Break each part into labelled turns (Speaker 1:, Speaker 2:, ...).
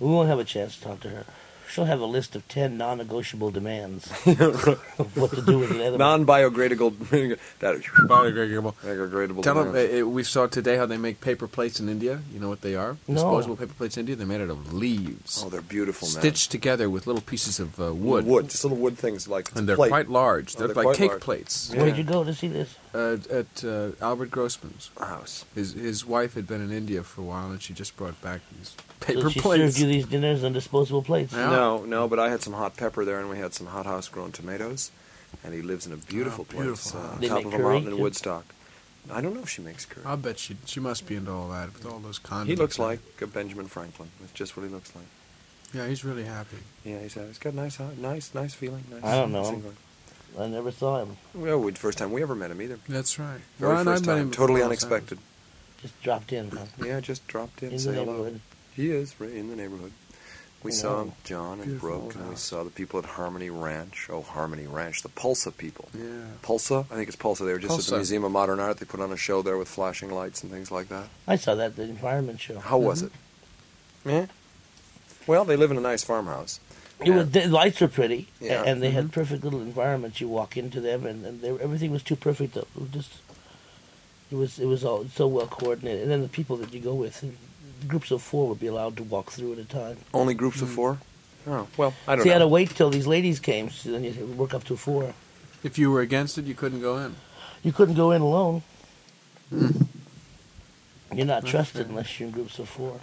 Speaker 1: We won't have a chance to talk to her. She'll have a list of ten non-negotiable demands of what to do with an enema.
Speaker 2: Non-biodegradable. that
Speaker 3: Biodegradable.
Speaker 2: biodegradable.
Speaker 3: Tell them uh,
Speaker 2: demands.
Speaker 3: uh, we saw today how they make paper plates in India. You know what they are?
Speaker 1: No.
Speaker 3: Disposable paper plates in India. They're made out of leaves,
Speaker 2: Oh, they're beautiful, man.
Speaker 3: stitched together with little pieces of uh, wood.
Speaker 2: Wood. Just little wood things like it's a
Speaker 3: And they're
Speaker 2: plate.
Speaker 3: quite large.
Speaker 2: Oh,
Speaker 3: They're,
Speaker 2: they're
Speaker 3: like
Speaker 2: quite
Speaker 3: cake
Speaker 2: large.
Speaker 3: plates.
Speaker 1: Where'd you go to see this?
Speaker 3: Uh, at uh, Albert Grossman's.
Speaker 2: house.
Speaker 3: His his wife had been in India for a while, and she just brought back these
Speaker 1: So
Speaker 3: paper
Speaker 1: she
Speaker 3: plates.
Speaker 1: served you these dinners on disposable plates.
Speaker 3: Yeah.
Speaker 2: No, no, but I had some hot pepper there, and we had some hot house grown tomatoes. And he lives in a beautiful
Speaker 3: Oh, beautiful
Speaker 2: place, uh, on
Speaker 1: They
Speaker 2: top
Speaker 1: make
Speaker 2: of a
Speaker 1: curry,
Speaker 2: mountain in
Speaker 1: too?
Speaker 2: Woodstock. I don't know if she makes curry.
Speaker 3: I'll bet she she must be into all that with all those condiments.
Speaker 2: he looks
Speaker 3: in it.
Speaker 2: like a Benjamin Franklin. That's just what he looks like.
Speaker 3: Yeah, he's really happy.
Speaker 2: Yeah, he's, uh, he's got nice, hot- nice, nice feeling. Nice
Speaker 1: I don't know him.
Speaker 2: singlet.
Speaker 1: I never saw him.
Speaker 2: Well, we, first time we ever met him either.
Speaker 3: That's right.
Speaker 2: Very
Speaker 3: Well, and I
Speaker 2: first
Speaker 3: met
Speaker 2: time,
Speaker 3: him before
Speaker 2: totally
Speaker 3: all this
Speaker 2: unexpected.
Speaker 1: Just dropped in. Huh?
Speaker 2: Yeah, just dropped in,
Speaker 1: In the
Speaker 2: say hello.
Speaker 1: neighborhood.
Speaker 2: He is right in the neighborhood. We
Speaker 1: Yeah.
Speaker 2: saw John and
Speaker 3: Beautiful
Speaker 2: Brooke, and we
Speaker 3: house.
Speaker 2: saw the people at Harmony Ranch. Oh, Harmony Ranch, the Pulsa people.
Speaker 3: happened. Yeah.
Speaker 2: Pulsa, I think it's Pulsa. They were just at
Speaker 3: Pulsa.
Speaker 2: the Museum of Modern Art. They put on a show there with flashing lights and things like that.
Speaker 1: I saw that at the environment show.
Speaker 2: How was it? Yeah. Well, they live in a nice farmhouse.
Speaker 1: It was, the lights were pretty, a-
Speaker 2: Yeah. Mm-hmm.
Speaker 1: and they had perfect little environments. You walk into them, and, and they, everything was too perfect. It was just, it was it was all so well coordinated. And then the people that you go with, groups of four would be allowed to walk through at a time.
Speaker 2: Only groups of four. Mm. Oh well, I don't
Speaker 1: so you had to
Speaker 2: know.
Speaker 1: wait till these ladies came, so then you would work up to four.
Speaker 3: If you were against it, you couldn't go in.
Speaker 1: You couldn't go in alone.
Speaker 3: Hmm.
Speaker 1: You're not trusted unless you're in groups of four.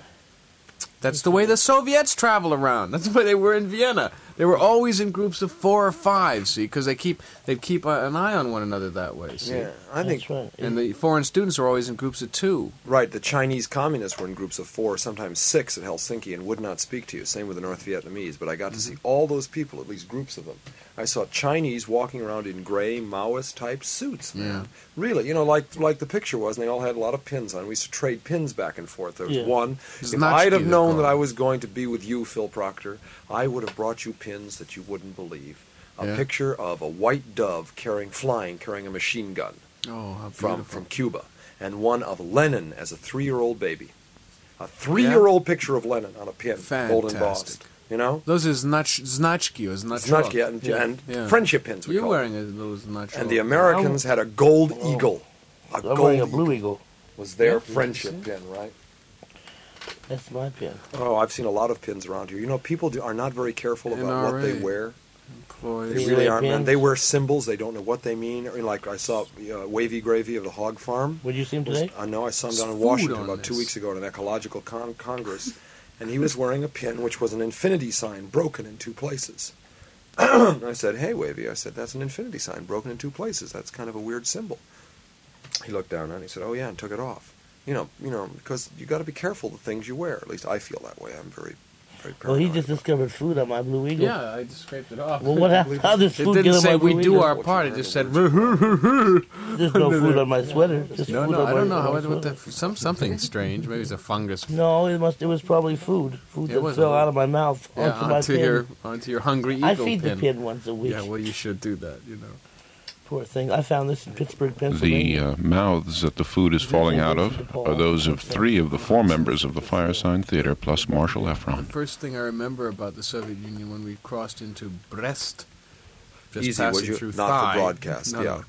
Speaker 3: That's the way the Soviets travel around. That's the way they were in Vienna. They were always in groups of four or five, see, because they keep they keep uh, an eye on one another that way. See?
Speaker 2: yeah, I think
Speaker 1: That's right.
Speaker 3: And the foreign students are always in groups of two.
Speaker 2: right. The Chinese communists were in groups of four, sometimes six, at Helsinki, and would not speak to you. Same with the North Vietnamese. But I got to
Speaker 3: Mm-hmm.
Speaker 2: see all those people, at least groups of them. I saw Chinese walking around in gray Maoist type suits, man.
Speaker 3: Yeah.
Speaker 2: Really, you know, like like the picture was, and they all had a lot of pins on. We used to trade pins back and forth. There was
Speaker 1: Yeah.
Speaker 2: one.
Speaker 3: It's
Speaker 2: if
Speaker 3: not
Speaker 2: I'd have
Speaker 3: stupid,
Speaker 2: known that
Speaker 3: Carl.
Speaker 2: I was going to be with you, Phil Proctor, I would have brought you pins that you wouldn't believe. A
Speaker 3: Yeah.
Speaker 2: picture of a white dove carrying, flying, carrying a machine gun
Speaker 3: Oh, how
Speaker 2: from
Speaker 3: beautiful.
Speaker 2: from Cuba, and one of Lenin as a three-year-old baby, a three-year-old picture of Lenin on a pin, gold embossed.
Speaker 3: Fantastic.
Speaker 2: You know,
Speaker 3: Those are znach, znachki or znachok.
Speaker 2: it's not yet, and, and friendship pins. We
Speaker 3: You're
Speaker 2: call them.
Speaker 3: wearing a, those znachok.
Speaker 2: and the Americans had a gold eagle. A
Speaker 1: I'm
Speaker 2: gold
Speaker 1: wearing a blue eagle.
Speaker 2: was their
Speaker 3: Yeah,
Speaker 2: friendship
Speaker 3: see?
Speaker 2: pin, right?
Speaker 1: That's my pin.
Speaker 2: Oh, I've seen a lot of pins around here. You know, people do, are not very careful about what they
Speaker 3: NRA.
Speaker 2: wear. They
Speaker 3: Employees.
Speaker 1: Yeah.
Speaker 2: really
Speaker 1: like
Speaker 2: aren't. Man.
Speaker 1: pins?
Speaker 2: They wear symbols. They don't know what they mean. Or, like I saw uh, Wavy Gravy of the Hog Farm.
Speaker 1: Would you see him today?
Speaker 2: I know I saw him down in
Speaker 3: Food
Speaker 2: Washington
Speaker 3: on
Speaker 2: about two
Speaker 3: this.
Speaker 2: weeks ago at an ecological con- congress, and he was wearing a pin which was an infinity sign broken in two places. And I said, "Hey, Wavy," I said, "That's an infinity sign broken in two places. That's kind of a weird symbol." He looked down and he said, "Oh yeah," and took it off. You know, you know, because you got to be careful the things you wear. At least I feel that way. I'm very, very.
Speaker 1: Well, Oh, he
Speaker 2: paranoid
Speaker 1: just
Speaker 2: about it.
Speaker 1: discovered food on my blue eagle.
Speaker 3: Yeah, I just scraped it off.
Speaker 1: Well, what happened? How does
Speaker 3: It
Speaker 1: food
Speaker 3: didn't
Speaker 1: get on
Speaker 3: say
Speaker 1: my
Speaker 3: we
Speaker 1: blue
Speaker 3: do
Speaker 1: eagle?
Speaker 3: our part. It just said.
Speaker 1: There's no food on my sweater. Just
Speaker 3: No,
Speaker 1: food
Speaker 3: no,
Speaker 1: on
Speaker 3: I
Speaker 1: my-
Speaker 3: don't know.
Speaker 1: on
Speaker 3: How,
Speaker 1: my
Speaker 3: what, what
Speaker 1: sweater.
Speaker 3: the, some something strange. Maybe it's a fungus.
Speaker 1: No, it must. It was probably food. Food
Speaker 3: It
Speaker 1: that
Speaker 3: was
Speaker 1: fell
Speaker 3: a-
Speaker 1: out of my mouth
Speaker 3: Yeah,
Speaker 1: onto my
Speaker 3: onto
Speaker 1: pin.
Speaker 3: your onto your hungry eagle
Speaker 1: I feed the
Speaker 3: pin.
Speaker 1: pin once a week.
Speaker 3: Yeah, well, you should do that. You know.
Speaker 1: Poor thing. I found this in Pittsburgh,
Speaker 4: The
Speaker 1: Pennsylvania.
Speaker 4: uh, mouths that the food is falling out of are those of three of the four members of the Firesign Theater plus Marshall
Speaker 3: The
Speaker 4: Efron.
Speaker 3: first thing I remember about the Soviet Union when we crossed into Brest, just
Speaker 2: Easy,
Speaker 3: passing
Speaker 2: would you-
Speaker 3: through
Speaker 2: not for
Speaker 3: Thai.
Speaker 2: broadcast,
Speaker 3: No,
Speaker 2: yeah.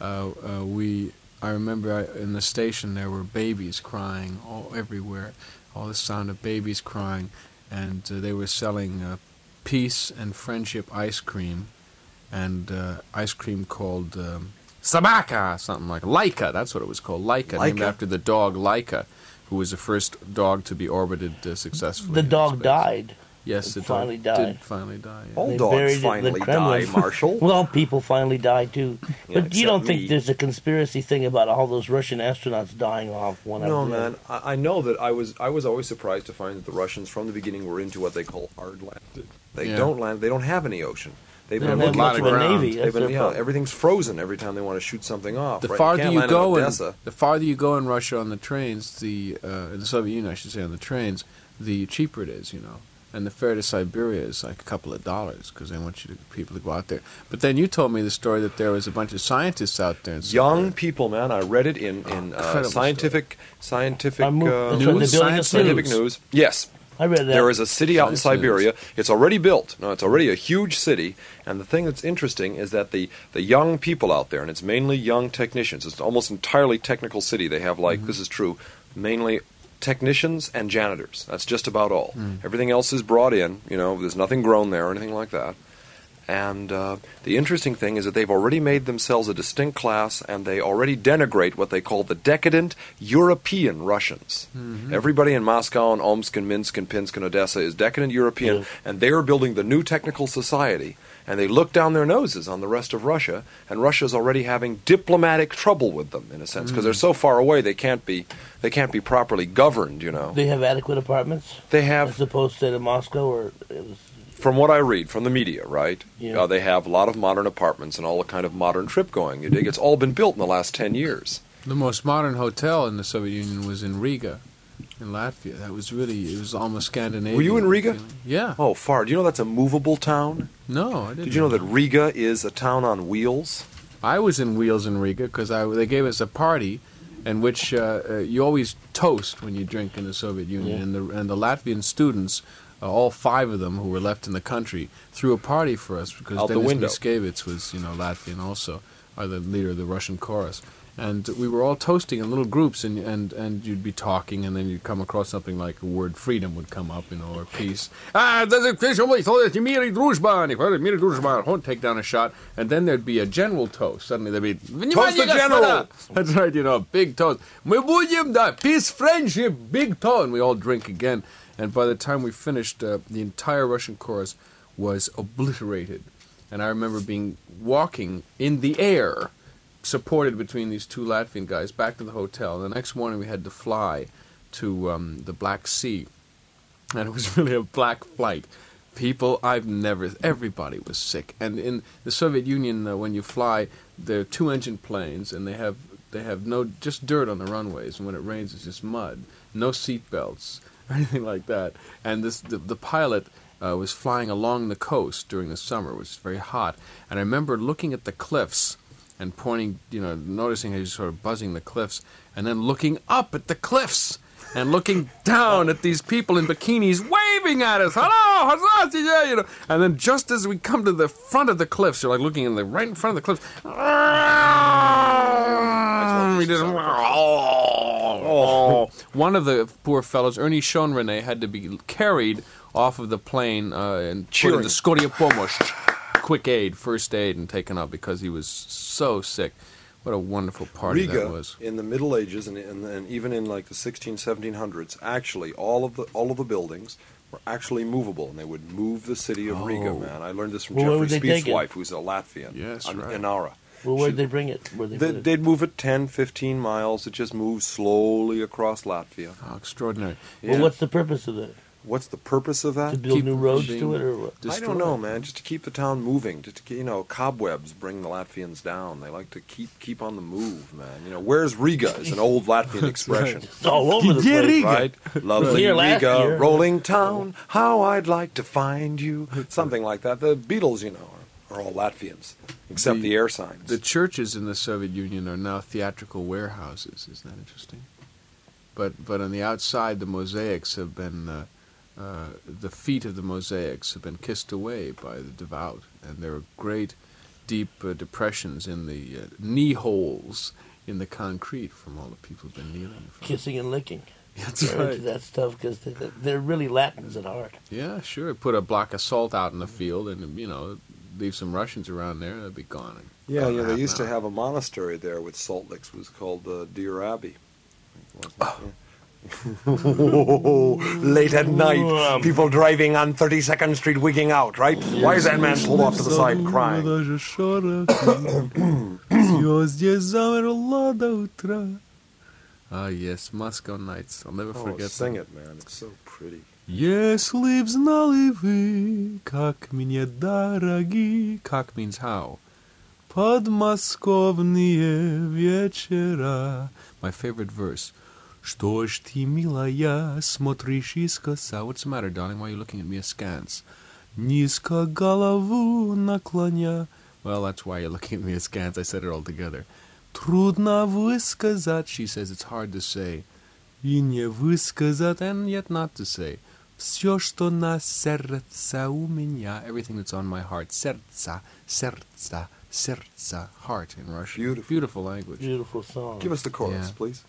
Speaker 3: no. Uh, uh, we, I remember I, in the station there were babies crying all everywhere, all the sound of babies crying, and uh, they were selling uh, peace and friendship ice cream, and uh, ice cream called. Um, Sabaka, something like Laika. That's what it was called, Laika, named
Speaker 2: Laika?
Speaker 3: after the dog Laika, who was the first dog to be orbited uh, successfully.
Speaker 1: The
Speaker 3: in
Speaker 1: dog
Speaker 3: space.
Speaker 1: died.
Speaker 3: Yes,
Speaker 1: It
Speaker 3: the dog
Speaker 1: finally died.
Speaker 3: Did finally die. yeah.
Speaker 2: All
Speaker 1: They buried it
Speaker 2: dogs
Speaker 1: in the
Speaker 2: finally die,
Speaker 1: Kremlin.
Speaker 2: Marshall.
Speaker 1: Well, people finally die too.
Speaker 2: Yeah,
Speaker 1: But you don't
Speaker 2: except me.
Speaker 1: think there's a conspiracy thing about all those Russian astronauts dying off one
Speaker 2: No,
Speaker 1: after the
Speaker 2: man.
Speaker 1: other?
Speaker 2: I, I know that I was I was always surprised to find that the Russians from the beginning were into what they call hard landing. They
Speaker 3: Yeah.
Speaker 2: don't land. They don't have any ocean. They've
Speaker 1: They
Speaker 2: been
Speaker 1: don't
Speaker 3: have
Speaker 2: looking
Speaker 3: much
Speaker 2: for
Speaker 3: of a
Speaker 2: ground.
Speaker 1: navy,
Speaker 2: They've
Speaker 1: that's
Speaker 2: been,
Speaker 1: their
Speaker 2: yeah,
Speaker 1: problem.
Speaker 2: everything's frozen every time they want to shoot something off.
Speaker 3: The
Speaker 2: right?
Speaker 3: farther
Speaker 2: can't
Speaker 3: you
Speaker 2: land
Speaker 3: go,
Speaker 2: in
Speaker 3: in,
Speaker 2: Odessa.
Speaker 3: the farther you go in Russia on the trains, the uh, in the Soviet Union, I should say, on the trains, the cheaper it is, you know. And the fare to Siberia is like a couple of dollars because they want you to, people to go out there. But then you told me the story that there was a bunch of scientists out there. In
Speaker 2: Young
Speaker 3: Siberia.
Speaker 2: people, man. I read it in in uh,
Speaker 3: Oh, Incredible
Speaker 2: scientific scientific
Speaker 1: I'm mo- that's
Speaker 2: uh,
Speaker 1: right, they're building a
Speaker 3: Science
Speaker 1: city.
Speaker 2: scientific news. Yes,
Speaker 1: I read that.
Speaker 2: There is a city out in
Speaker 3: Yes, it
Speaker 2: Siberia. It's already built. No, it's already a huge city. And the thing that's interesting is that the, the young people out there, and it's mainly young technicians. It's almost entirely technical city. They have like this is true, mainly technicians and janitors. That's just about all. Everything else is brought in. You know, there's nothing grown there or anything like that. And uh, the interesting thing is that they've already made themselves a distinct class, and they already denigrate what they call the decadent European Russians. Everybody in Moscow and Omsk and Minsk and Pinsk and Odessa is decadent European,
Speaker 1: Yeah.
Speaker 2: and they are building the new technical society. And they look down their noses on the rest of Russia, and Russia's already having diplomatic trouble with them, in a sense, because they're so far away they can't be they can't be properly governed. You know,
Speaker 1: They have adequate apartments
Speaker 2: they
Speaker 1: as
Speaker 2: have
Speaker 1: opposed to in Moscow or it was
Speaker 2: from what I read from the media, right?
Speaker 1: Yeah.
Speaker 2: Uh, they have a lot of modern apartments and all the kind of modern trip going. You dig? It's all been built in the last ten years.
Speaker 3: The most modern hotel in the Soviet Union was in Riga, in Latvia. That was really it was almost Scandinavian.
Speaker 2: Were you in Riga?
Speaker 3: Yeah.
Speaker 2: Oh, far. Do you know that's a movable town?
Speaker 3: No, I didn't.
Speaker 2: Did you know that Riga is a town on wheels?
Speaker 3: I was in Wheels in Riga because they gave us a party in which uh, uh, you always toast when you drink in the Soviet Union.
Speaker 1: Yeah.
Speaker 3: And, the, and the Latvian students, uh, all five of them who were left in the country, threw a party for us because
Speaker 2: Out the
Speaker 3: Dennis
Speaker 2: window.
Speaker 3: Miscavige was, you know, Latvian also, or the leader of the Russian chorus. And we were all toasting in little groups, and, and, and you'd be talking, and then you'd come across something like the word freedom would come up, you know, or peace. Ah, that's it, peace, always, always, мир и дружба, не хватит, мир и дружба. I'd take down a shot, and then there'd be a general toast. Suddenly there'd be,
Speaker 2: Toast the general!
Speaker 3: that's right, you know, big toast. Мы будем, да, peace, friendship, big toast. And we all drink again. And by the time we finished, uh, the entire Russian chorus was obliterated. And I remember being walking in the air, supported between these two Latvian guys, back to the hotel. The next morning we had to fly to um, the Black Sea. And it was really a black flight. People, I've never. Everybody was sick. And in the Soviet Union, uh, when you fly, they're two-engine planes, and they have they have no just dirt on the runways. And when it rains, it's just mud. No seat belts or anything like that. And this the, the pilot uh, was flying along the coast during the summer, which is very hot. And I remember looking at the cliffs and pointing, you know, noticing how he's sort of buzzing the cliffs, and then looking up at the cliffs and looking down at these people in bikinis waving at us. Hello, huzzah, yeah, you know. And then just as we come to the front of the cliffs, you're like looking in the right in front of the cliffs. We just- One of the poor fellows, Ernie Schoenrene, had to be carried off of the plane uh, and put in
Speaker 2: Cheering.
Speaker 3: the Scotia Pomosh, quick aid, first aid, and taken out because he was so sick. What a wonderful party
Speaker 2: Riga
Speaker 3: that was.
Speaker 2: in the Middle Ages and, and, and even in like the 16, 1700s, actually all of the all of the buildings were actually movable, and they would move the city of Riga.
Speaker 3: Oh.
Speaker 2: Man, I learned this from
Speaker 1: Well, where
Speaker 2: Jeffrey
Speaker 1: would
Speaker 2: Speed's
Speaker 1: they take it?
Speaker 2: wife, who's a Latvian.
Speaker 3: Yes,
Speaker 2: an-
Speaker 3: right.
Speaker 2: Inara.
Speaker 1: well, where'd they bring it? Where they,
Speaker 2: They,
Speaker 1: put it?
Speaker 2: they'd move it 10, 15 miles. It just moves slowly across Latvia.
Speaker 3: How extraordinary.
Speaker 1: Well,
Speaker 2: Yeah.
Speaker 1: what's the purpose of that?
Speaker 2: What's the purpose of
Speaker 1: To
Speaker 2: that?
Speaker 1: build
Speaker 3: keep
Speaker 1: new roads
Speaker 3: being
Speaker 1: to it, or what?
Speaker 2: I
Speaker 3: destroyed.
Speaker 2: don't know, man. Just to keep the town moving. Just to, ke- you know, cobwebs bring the Latvians down. They like to keep keep on the move, man. You know, where's Riga? Is an old Latvian expression.
Speaker 1: It's all over the place.
Speaker 2: Right, lovely
Speaker 1: Here last
Speaker 2: Riga,
Speaker 1: year.
Speaker 2: rolling town. How I'd like to find you, something like that. The Beatles, you know, are, are all Latvians, except the,
Speaker 3: The-
Speaker 2: air signs.
Speaker 3: The churches in the Soviet Union are now theatrical warehouses. Isn't that interesting? But but on the outside, the mosaics have been uh, uh, the feet of the mosaics have been kissed away by the devout, and there are great deep uh, depressions in the uh, knee holes in the concrete from all the people who've been kneeling. in front of-
Speaker 1: Kissing and licking.
Speaker 3: That's
Speaker 1: They're
Speaker 3: right.
Speaker 1: into that stuff because they, they're really Latins at heart.
Speaker 3: Yeah, sure. Put a block of salt out in the field, and you know, leave some Russians around there. They'll be gone. in
Speaker 2: yeah,
Speaker 3: about
Speaker 2: Oh, yeah.
Speaker 3: half
Speaker 2: They used to
Speaker 3: an hour.
Speaker 2: have a monastery there with salt licks. It was called the Deer Abbey. Oh.
Speaker 5: late at
Speaker 2: um.
Speaker 5: night, people driving on 32nd Street wigging out, right? Why is that man pulled off to the side
Speaker 2: Oh,
Speaker 5: crying?
Speaker 3: Ah, yes, Moscow Nights. I'll never
Speaker 2: Oh,
Speaker 3: forget.
Speaker 2: sing it, man. It's so pretty.
Speaker 3: Если б знали вы, как мне дороги, как means how, подмосковные вечера. My favorite verse. Что ж ты, милая, смотришь искоса? What's the matter, darling? Why are you looking at me askance? Низко голову наклоня. Well, that's why you're looking at me askance. I said it all together. Трудно высказать. She says it's hard to say. И не высказать, and yet not to say. Все, что на сердце у меня. Everything that's on my heart. Сердца, сердца, сердца. Heart in Russian.
Speaker 2: Beautiful.
Speaker 3: Beautiful language.
Speaker 1: Beautiful song.
Speaker 2: Give us the chorus,
Speaker 3: Yeah.
Speaker 2: please.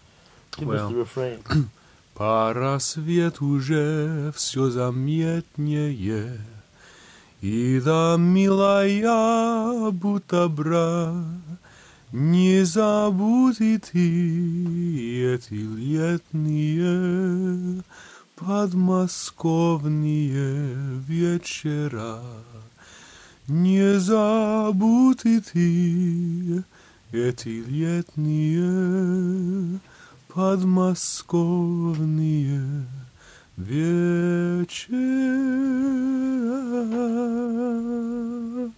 Speaker 1: Give
Speaker 3: well.
Speaker 1: us the refrain.
Speaker 3: По рассвет уже все заметнее, И да, милая, будто бра, Не забудь и ты эти летние Подмосковные вечера. Не забудь и ты эти летние подмосковные вечера.